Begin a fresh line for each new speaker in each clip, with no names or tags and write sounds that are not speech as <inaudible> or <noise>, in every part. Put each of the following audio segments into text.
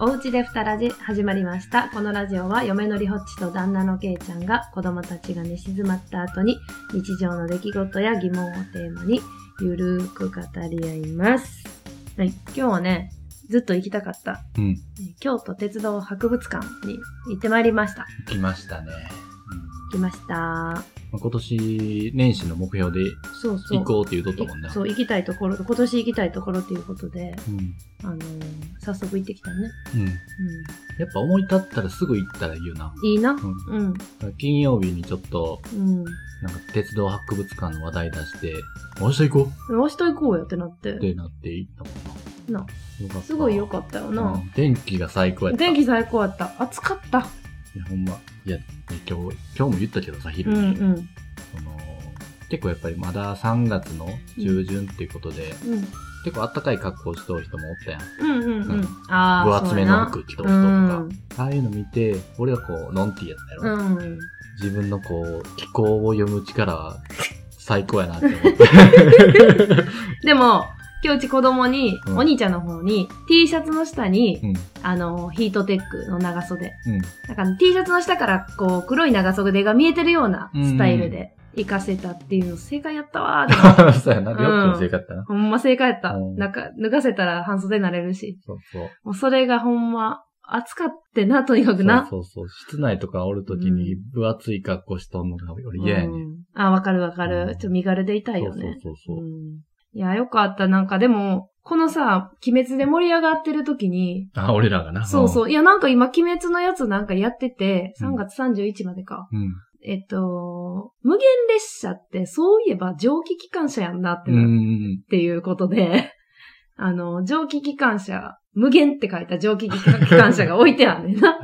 おうちでふたラジ始まりました。このラジオは嫁のりほっちと旦那のけいちゃんが子供たちが寝静まった後に日常の出来事や疑問をテーマにゆるーく語り合います。はい、今日はね、ずっと行きたかった
うん。
京都鉄道博物館に行ってまいりました。
行きましたね。
行きました。
うん、今年、年始の目標で
そうそう。
行こうって言うとったもんね。
そう、行きたいところ、今年行きたいところということで、
うん。
あのー早速行ってきたね。
うん。やっぱ思い立ったらすぐ行ったらいいよな。
うん。いいな。
う
うん。
ん。金曜日にちょっと、
うん。
なんか鉄道博物館の話題出して、明日行こ
明日行こうよってなっ。
うっててなって行ったもんな。
な
よかった。
すごい良かったよ
う
な。
ん天気が最高やった。
天気最高やった。暑かった。
いや、ほんま。いや、今日、今日も言ったけどさ、
う
昼
ん
に。
うん。
その結構やっぱりまだ3月の中旬っていうことで、
うん。
結構あったかい格好しておる人もおったやん。
うんうんう
うん
ん。あ
分
あ、
厚
そう
め
や
の
な。
服着と
う
る人とか、
ん。
ああいうの見て、俺はこう、ノンティーやった
う
やろ。
ん。
自分のこう、気候を読む力は最高やなって
<laughs>
思って。
でも、今日うち子供に、
うん
お兄ちゃんの方に、T シャツの下に、
うん。
あの、ヒートテックの長袖。
うん。
だから T シャツの下からこう黒い長袖が見えてるようなスタイルで行かせたっていうの正解やったわーって
<laughs> <laughs> そうやな。
うん
よくも正解やったな。
ほんま正解やった。
うん
なんか脱がせたら半袖になれるし。
そうそう。
もうそれがほんま暑かってな、とにかくな。
そうそうそう。室内とかおるときに分厚い格好しとんのが俺嫌やね、。
うんんあ、わかるわかる。
うん
ちょっと身軽でいたい
そ
よ
うそう
ね。
そうそう。
うんいや、よかった。なんかでも、このさ、鬼滅で盛り上がってる時に、
あ、俺らがな。。
そうそうう。いや、なんか今、鬼滅のやつなんかやってて、
う
3
ん
月31日までか。
うん。
えっと、無限列車ってそういえば蒸気機関車やんなって
う
な、っ
ん。
ていうことで、 <laughs> あの、蒸気機関車、無限って書いた蒸気機関車が置いてあんねん
<laughs>
な。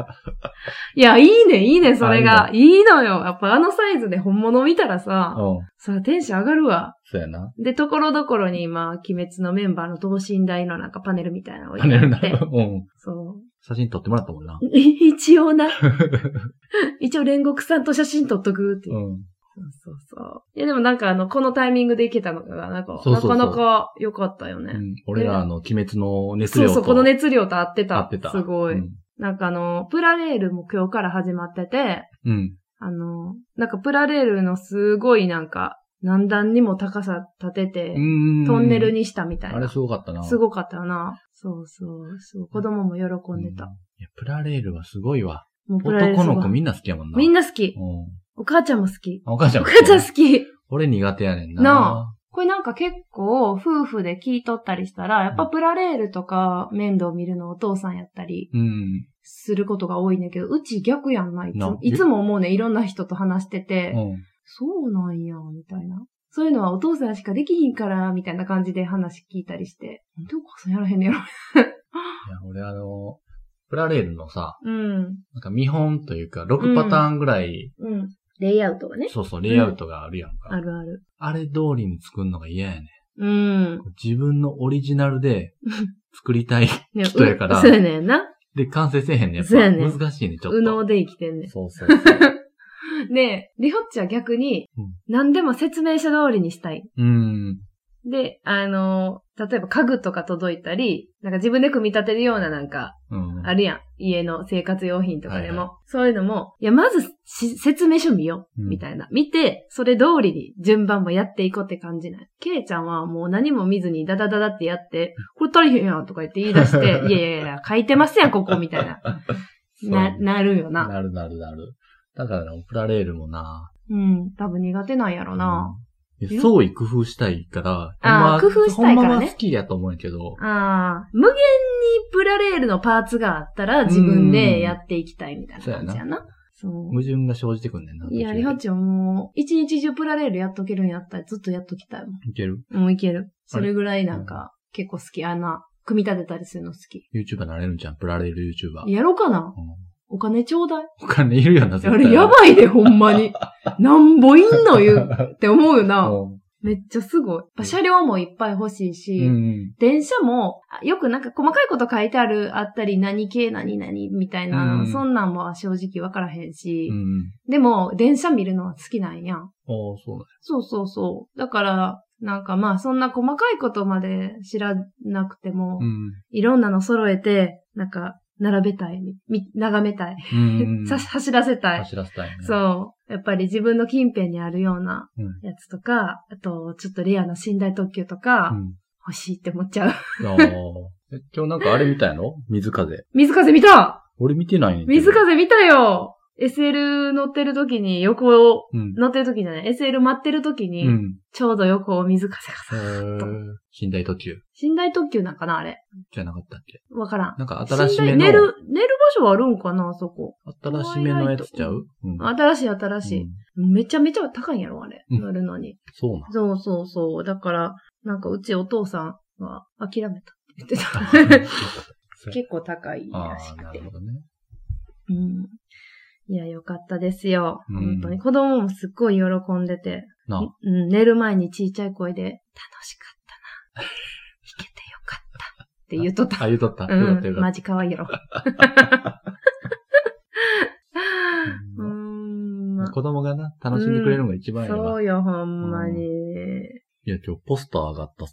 いや、いいね、いいね、それが。いいのよ。やっぱあのサイズで本物見たら
うん。
さ、そらテンション上がるわ。
そうやな。
で、ところどころに今、鬼滅のメンバーの等身大のなんかパネルみたいなの置い
パ
て
ネル
あ
な。 <laughs>
っ
う
て。
ん。
そう。
写真撮ってもらったもんな。
<laughs> 一応な。一応煉獄さんと写真撮っとくっていう
う。ん。
そうそうそう。いやでもなんかあの、このタイミングで行けたのが、なんか、
そうそうそう
なかなか良かったよね。
うん俺らの鬼滅の熱
そ
量
う
と
そう、この熱量と合ってた。
合ってた。
すごい。
うん。
なんかあの、プラレールも今日から始まってて、
うん。
あの、なんかプラレールのすごいなんか、何段にも高さ立てて、
うん
トンネルにしたみたい
あれ
な。
すごかったな。
すごかったよな。そうそう、そう。子供も喜んで
うん
た。
いや、プラレールはすごいわ。
もうプラレール
男
すごい
の子みんな好きやもんな。
みん
な。
な好き。
うん。
お母ちゃんも好き。
あお母ちゃん
お
も
母ちゃん好き。
俺苦手やねんな。
なこれなんか結構夫婦で聞いとったりしたら、やっぱプラレールとか面倒見るのお父さんやったり
うん。
することが多いねんだけど、うち逆やんないつ
な
も。いつも思うねん、いろんな人と話してて、
うん。
そうなんや、みたいな。そういうのはお父さんしかできひんから、みたいな感じで話聞いたりして。なんでお母さんやらへんねやろ。
いや、俺あの、プラレールのさ、
うん。
なんか見本というか、6パターンぐらい、
うん。レイアウトがね。
そうそう、レイアウトがあるやんか。
あるある。
あれ通りに作るのが嫌やねん。
うん。
自分のオリジナルで作りたい。
ね
<laughs> 人やから
うそうやねんな。
で、完成せえへんねん。やっぱ
そうやねん
難しいね、ちょっと。
右脳で生きてんねん。
そうそう
<laughs>
そう。
で、リホッチは逆に
うん、
何でも説明書通りにしたい。
うん。
で、あの、例えば家具とか届いたり、なんか自分で組み立てるようななんか、
うん。
あるやん。家の生活用品とかでも。
はい
そういうのも、いや、まずし説明書見よう。
うん
みたいな。見て、それ通りに順番もやっていこうって感じない。ケイちゃんはもう何も見ずにダダダダってやって、これ足りへんやんとか言って言い出
<laughs>
して、いやいやいや、書いてますやん、ここ、みたいな。
そう
な、なるよな。
なるなるなる。だからな、プラレールもな。
うん。多分苦手なんやろな。
うんい
え
や創意工夫したいから、
あー
ほんま
工夫したいからね
ほんまは好きやと思うんやけど、
ああ、無限にプラレールのパーツがあったら自分でやっていきたいみたいな感じやな。そう
矛。盾が生じてくんねんな。
いや、りほ
途中で
ちゃんもう、一日中プラレールやっとけるんやったらずっとやっときたいも
いける
ん。もういける。それぐらいなんか、結構好き。あんな、組み立てたりするの好き。
?YouTuber なれるんじゃんプラレール YouTuber。
やろうかな
うん
お金ちょうだい
お金いるよな、絶
あ
対。
れやばいで、ほんま
<laughs>
に。なんぼいんの言うって思うよな。 <laughs>
う
めっちゃすごい。やっぱ車両もいっぱい欲しいし、
ん。うん。
電車も、あよくなんか細かいこと書いてある、あったり、何系何々みたいな、
うん
そんなんは正直わからへんし
う、ん。
でも、電車見るのは好きなんやん。
ああ、そうだ。
そうそうそう。だから、なんかまあ、そんな細かいことまで知らなくても、
うん。
いろんなの揃えて、なんか、並べたい。み眺めたい。
うん。
さ走らせたい。
走らせたいね。う。
そう。やっぱり自分の近辺にあるような
うん
やつとか、あと、ちょっとレアな寝台特急とか、欲しいって思っちゃう。 <laughs>
うん。ああ。え今日なんかあれ見たやろ水風。
水風見た
俺見てないねんけど
水風見たよ !SL 乗ってる時に横を、
うん。
乗ってる時じゃない ?SL 待ってる時
う
に、
ん。
ちょうど横を水風が
へ
さ、
ー寝台途中
寝台特急なんかなあれ。
じゃなかったっけ
わからん。
なんか新しめ
寝台寝
の
る、、寝る場所あるんかなあそこ。
新しめのやつちゃううん。
新しい新しい。
うん
めちゃめちゃ高いんやろあれ。
うん
乗るのに。
そうなん。
そうそうそう。だから、なんかうちお父さんは諦めたって言ってた。
<laughs>
<laughs> 結構高い
あ
らし
あ、な
くて
る。ほどね。
うん。いや、よかったですよ。
うん
本当に。子供もすっごい喜んでて。
なあ、
うん、寝る前にちいちゃい声で、楽しかったな。弾けてよかった。って言っとった。
あ、言うとった。よかった
う
よ
ん、
かっ
マジ可愛いやろ。う
ほ
ー
ん
ん、ま
た。子供がな、楽しんでくれるのが一番いい
そ
わ。
うよ、ほんまに。
いや、今日ポスターがあった、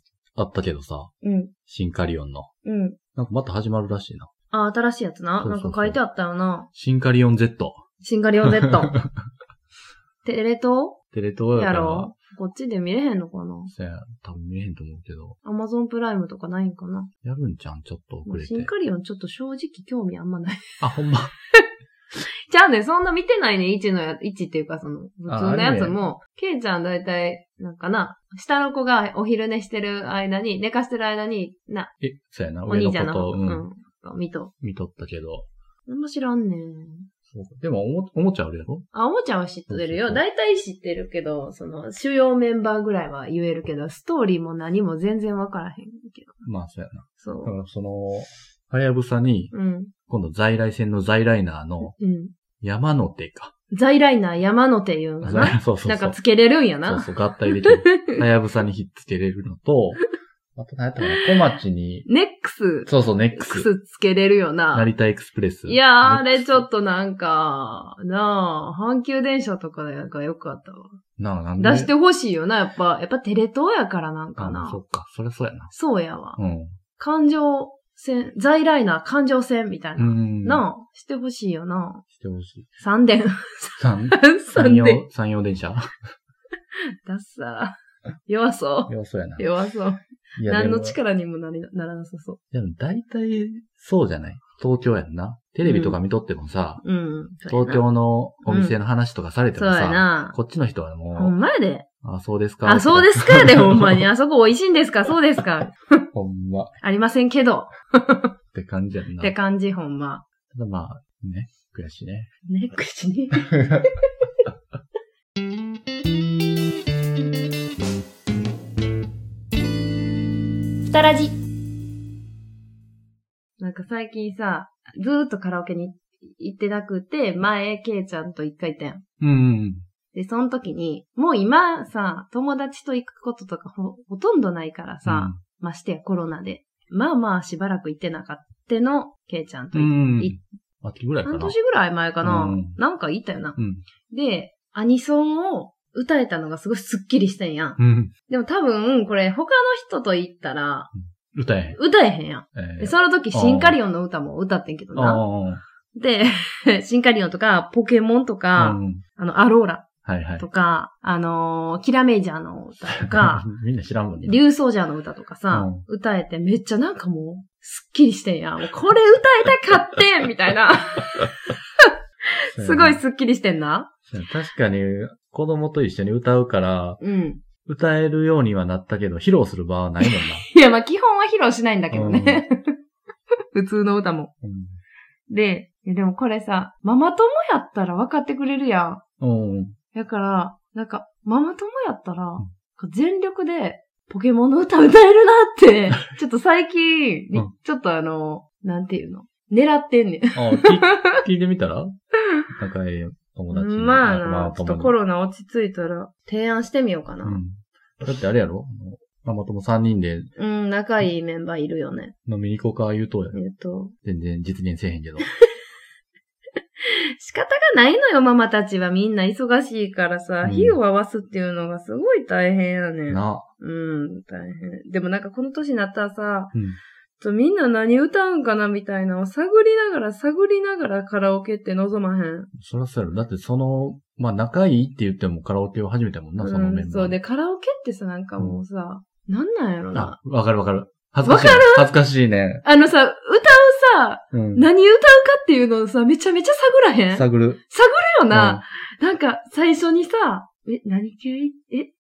あったけどさ、
うん、
シンカリオンの。
うん。
なんかまた始まるらしいな。
あ、新しいやつな。
そうそう
な
そうん
か書いてあったよな。
シンカリオン Z。
シンガリオン
<laughs>
Z。テレ東
テレ東や
や
から。
ろこっちで見れへんのかな
そや、多分見えへんと思うけど。
アマゾンプライムとかないんかな
やるんちゃんちょっと遅
まあ
れ
シン
て。
カリオンちょっと正直興味あんまない。
あ、ほんま。
じゃあね、そんな見てないね、1のや、1っていうかその、普通のやつも、ケイちゃんだいたい、なんかな、下の子がお昼寝してる間に、寝かしてる間に、な、
え、そやな。
お
上の
兄
こ
ちゃんの、
と、
う
うん、
ん、見と。
見とったけど。
あんま知らんねん。
そうかでも、おも、おもちゃあるやろ
あ、おもちゃんは知ってる
そ
よ。
うそう
だいたい知ってるけど、その、主要メンバーぐらいは言えるけど、ストーリーも何も全然わからへんけど。
まあ、そやな。
そ
だ
う
か。ら、その、はやぶさに、
うん。
今度在来線の在来ナーの
うん。
山の手か。
在来な山の手いうんかな。
<laughs> そうそうそう。
なんかつけれるんや
そう
な。
そう、合体できる。はやぶさにひっつけれるのと、 <laughs> あと何やったかな、小町に、
ネックス、
そうそう、ネッ
ネ
ク
ック
ス、
スつけれるよな。
成田エクスプレス。
いやー、あれちょ
と。
っとなんか、なあ、阪急電車とかなんかよかったわ。
なあ、なんで
出してほしいよな、やっぱ。やっぱテレ東やからなんか
あ
な。
そっか、そりゃそうやな。
そうやわ。
うん。
環状線、在来な環状線みたいうな。
ん。あ。
なあ、してほしいよな。
してほしい。
三電。 <laughs>
三、
三
三
電。
洋、三洋電車
だっさ。弱そ
いや、そうやな。
う。弱そう。
いや、
何
で
の
も、
力にもなりならなさそ
でも大体、そうじゃない東京やんな。テレビとか見とってもさ、
う。うん。
東京のお店の話とかされて
そう
も
や
さ、
な。
こっちの人は
ほ
も
んまやで。
う、あ、そうですか。
あ、そうですかやで、ほんまに。あそこ美味しいんですかそうですか
<laughs> ほんま。っ
ありませんけど。
て感じやん
っ
な。
て感じ、ほんま。
ただまあ、ね、悔しい
<laughs>
ね。
ね、口に。
ふたらじ。
なんか最近さ、ずーっとカラオケに行ってなくて、前、ケイちゃんと一回行ったやん。
うんうん
で、その時に、もう今さ、友達と行くこととかほ、ほとんどないから
うん。
さ、ましてやコロナで。まあまあしばらく行ってなかったの、ケイちゃんと
う
行っ
ん。
い
秋ぐらいかな。
半年ぐらい前かな、
うん
なんか行ったよな。
うん。
で、アニソンを歌えたのがすごいスッキリしたんやん。
うん。
でも多分、これ他の人と行ったら、
歌えへん。
歌えへんやん。
え
で
ー
その時、シンカリオンの歌も歌ってんけどな。
あ
で、 <laughs> シンカリオンとか、ポケモンと
あ。う
か、
ん。
あの、アローラ
はいはい
と。か、あのーキラメイジャーの歌とか、
<laughs> みんな知らんもんね。
リュウソウジャーの歌とかさ、
うん
歌えてめっちゃなんかもう、すっきりしてんやん。もうこれ歌いたかってんみたい
<laughs>
な。すごいすっきりしてんな。
そうやな。確かに、子供と一緒に歌うから、
うん。
歌えるようにはなったけど、披露する場はないもんな。
いや、まあ基本は披露しないんだけどね。 <laughs> 普通の歌も。で、いやでもこれさ、ママ友やったら分かってくれるやん。
うん。うん。
だから、なんか、ママ友やったら
ん、
全力で、ポケモンの歌歌えるな
<laughs>
って、ちょっと最近、
うん
ちょっとあの、なんていうの狙ってんねん。
あーき聞いて <laughs> みたら仲いい友達に。
まあ
仲間
な、ちょっと
友に
コロナ落ち着いたら、提案してみようかな。うん、
うん。だってあれやろあのママ友3人で
仲いいメンバーいるよね。
飲みに行こうか言うとや
えっと、
全然実現せえへ
<laughs>
んけど。
仕方がないのよ、ママたちはみんな忙しいからさ、
うん
火を合わすっていうのがすごい大変やねん。
な。
うん、大変。でもなんかこの年になったらさ、
うん。
とみんな何歌うんかなみたいなのを探りながら探りながらカラオケって望まへん。
そらそうやろ。だってその、まあ仲いいって言ってもカラオケを始めたもんな、そのメンバー。
うん、そう。で、カラオケってさ、なんかもうさ、なんなんやろな。
あ、わかるわかる。恥ずかしい。恥ずかしいね。
あのさ、歌うさ、
うん。
何歌うかっていうのをさ、めちゃめちゃ探らへん。探る
探る。
よ
うん
な。なんか、最初にさ、え、何系え、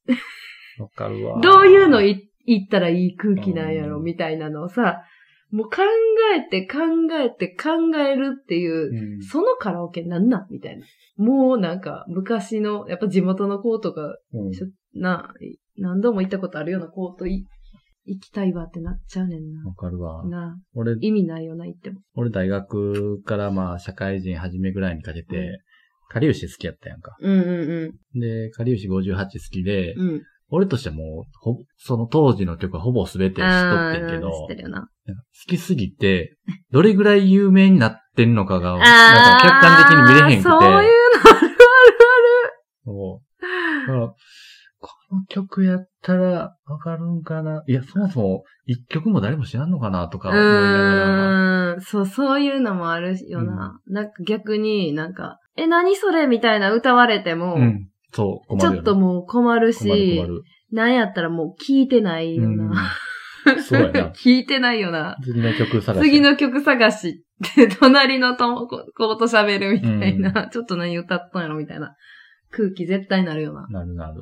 わかるわ。
どういうのい言ったらいい空気なんやろ
うん
みたいなのをさ、もう考えて考えて考えるっていう
う、ん
そのカラオケなんなんみたいな。もうなんか、昔の、やっぱ地元の子とか、
うん
しょな、何度も行ったことあるような子とい行きたいわってなっちゃうねんな。
わかるわ。
なあ
俺、
意味ないよな、言っても。
俺大学からまあ社会人初めぐらいにかけ
う
て、かりゆし好きやったやんか。
うんう
で、かりゆし58好きで、
んうん。うん。
俺としてはもう、ほぼ、その当時の曲はほぼ全て知っとってんけど、
あー知ってるよな。
なんか好きすぎて、どれぐらい有名になってんのかが、
あ
なんか客観的に見れへんくて。
そういう
そう。だからこの曲やったらわかるんかないや、そもそも一曲も誰も知らんのかなとか
う
思いながら。
ーんそう、そういうのもあるよな。なんか逆になんか、え、何それみたいな歌われても、
うん。そう、困
ち
るよ
ょ
ね。
っともう困る
困る困
し、
る。
なんやったらもう聞いてないよな。
うんそ
<laughs>
うやな。
聞いてないよな。
次の曲探し。
次の曲探しって、隣の友子子と喋るみたいな、ちょっと何歌ったんやろみたいな空気絶対なるよな。
なるなる。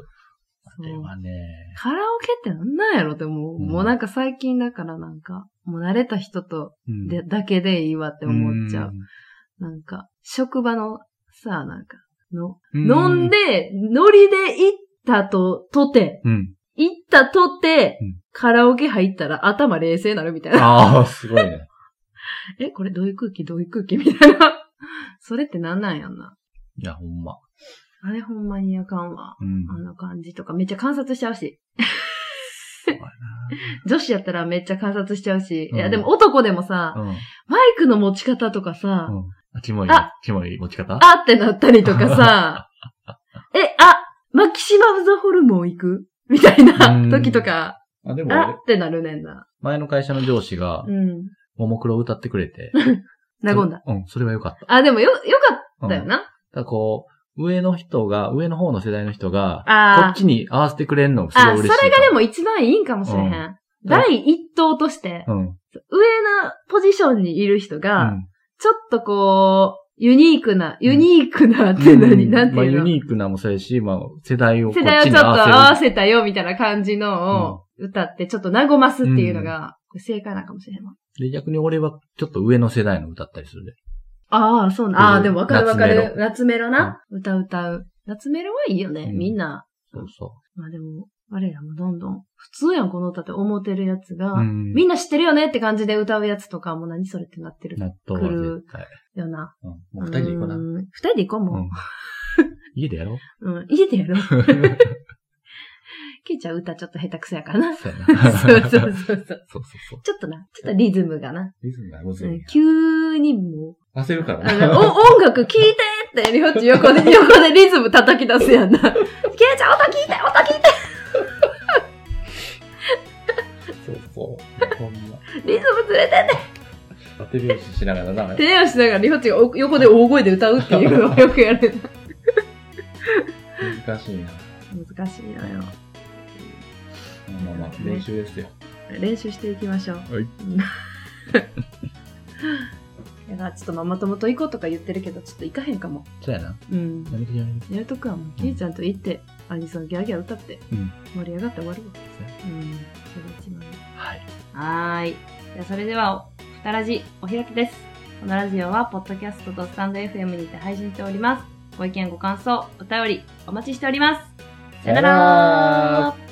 あ
そう
れはね、
カラオケってなんなんやろってもう、
うん
もうなんか最近だからなんか、もう慣れた人と
うん
で、だけでいいわって思っちゃう。なんか、職場のさ、なんか、の、
うん。
飲んで、ノリで行ったと、とて、
うん。
行ったとて、
うん
カラオケ入ったら頭冷静なるみたいな。
ああ、すごいね。
え、これどういう空気どういう空気みたいな。 <laughs> それってなんなんやんな。
<laughs> いや、ほんま。
あれほんまにあかんわ。
うん。
あの感じとか、めっちゃ観察しちゃうし。
そうや
女子やったらめっちゃ観察しちゃうし。いや、
うん
でも男でもさ、
なうん。
マイクの持ち方とかさ、
うん。あキモい
あ、
キモい持ち方
あってなったりとか
<laughs>
さ、え、あ、マキシマムザホルモン行くみたいな
うん
時とか、
あ、でも
あ
俺、
ってなるねんな。
前の会社の上司が
う、ん。
ももクロを歌ってくれて。
<laughs> 和んだ。
それ。うん、それは良かった。
あ、でもよ、よか
うん
ったよ。な。
だからこう、上の人が、上の方の世代の人が、こ
あ
っ
ー
ちに合わせてくれんの、すごい
あ、そ
嬉し
れ
い。
がでも一番いいんかもしれへん。
うん
第一党として、
も、うん。
上のポジションにいる人が、
うん
ちょっとこう、ユニークな、ユニーク <laughs> なって何、
うん
なんて
まあ、
いうの、
ユニークなもそうやし、まあ、世代をこっち
世
に合
代
わ
をちょ
せる。
っと合わせたよみたいな感じのを歌って、ちょっと和ますっていうのが、これ正解なんかもしれんわ。
で、逆に俺はちょっと上の世代の歌ったりするで。
ああ、そう
うん
な。ああ、でもわかるわかる。夏メロな、
う
歌歌う。夏メロはいいよね、
うん
みんな。
そうそ
まあでも、我らもどんどん、普通やん、この歌って思ってるやつが、
う。うん
みんな知ってるよねって感じで歌うやつとかも何それってなってる
納豆は絶対。
よな。
うん。もう二人で行こうな。
ーん二人で行こう
う
も
ん。家で
<laughs>
やろう。
う。うん、家でやろう。 <laughs> ケイちゃん歌ちょっと下手くそやからな。
そうや
そうそ
な。
うそうそう。
そうそうそう。
ちょっとな、ちょっとリズムがな。
リズムがむず
う
いん
ん
や。
急にも
焦るか
う、
ら
あ
な。
のお音楽聴いてって、りょうち横で、横でリズム叩き出すやんな。ケイちゃん音聞いて音聞い
そうそう。ほんま。
てリズムずれてって
当て拍子しながらな。
手をしながらりょうちがお横で大声で歌うっていうのをよくやる。
難しいな。
難しいのよ。
まあまあまあ、練習ですよ。
練習 <laughs> していきましょう。
はい
うん。だからちょっとママ友と行こうとか言ってるけど、ちょっと行かへんかも。
そうやな。
うん。
やめてやめて。
やるとくわ、もう、ケイちゃんと行って、アニソンギャーギャー歌って、
うん
盛り上がって終わるわ。
そう
うん。それ一番いい
はい。
はーい。じゃあそれでは、ふたラジお開きです。このラジオは、ポッドキャストとスタンド FM にて配信しております。ご意見、ご感想、お便り、お待ちしております。さよなら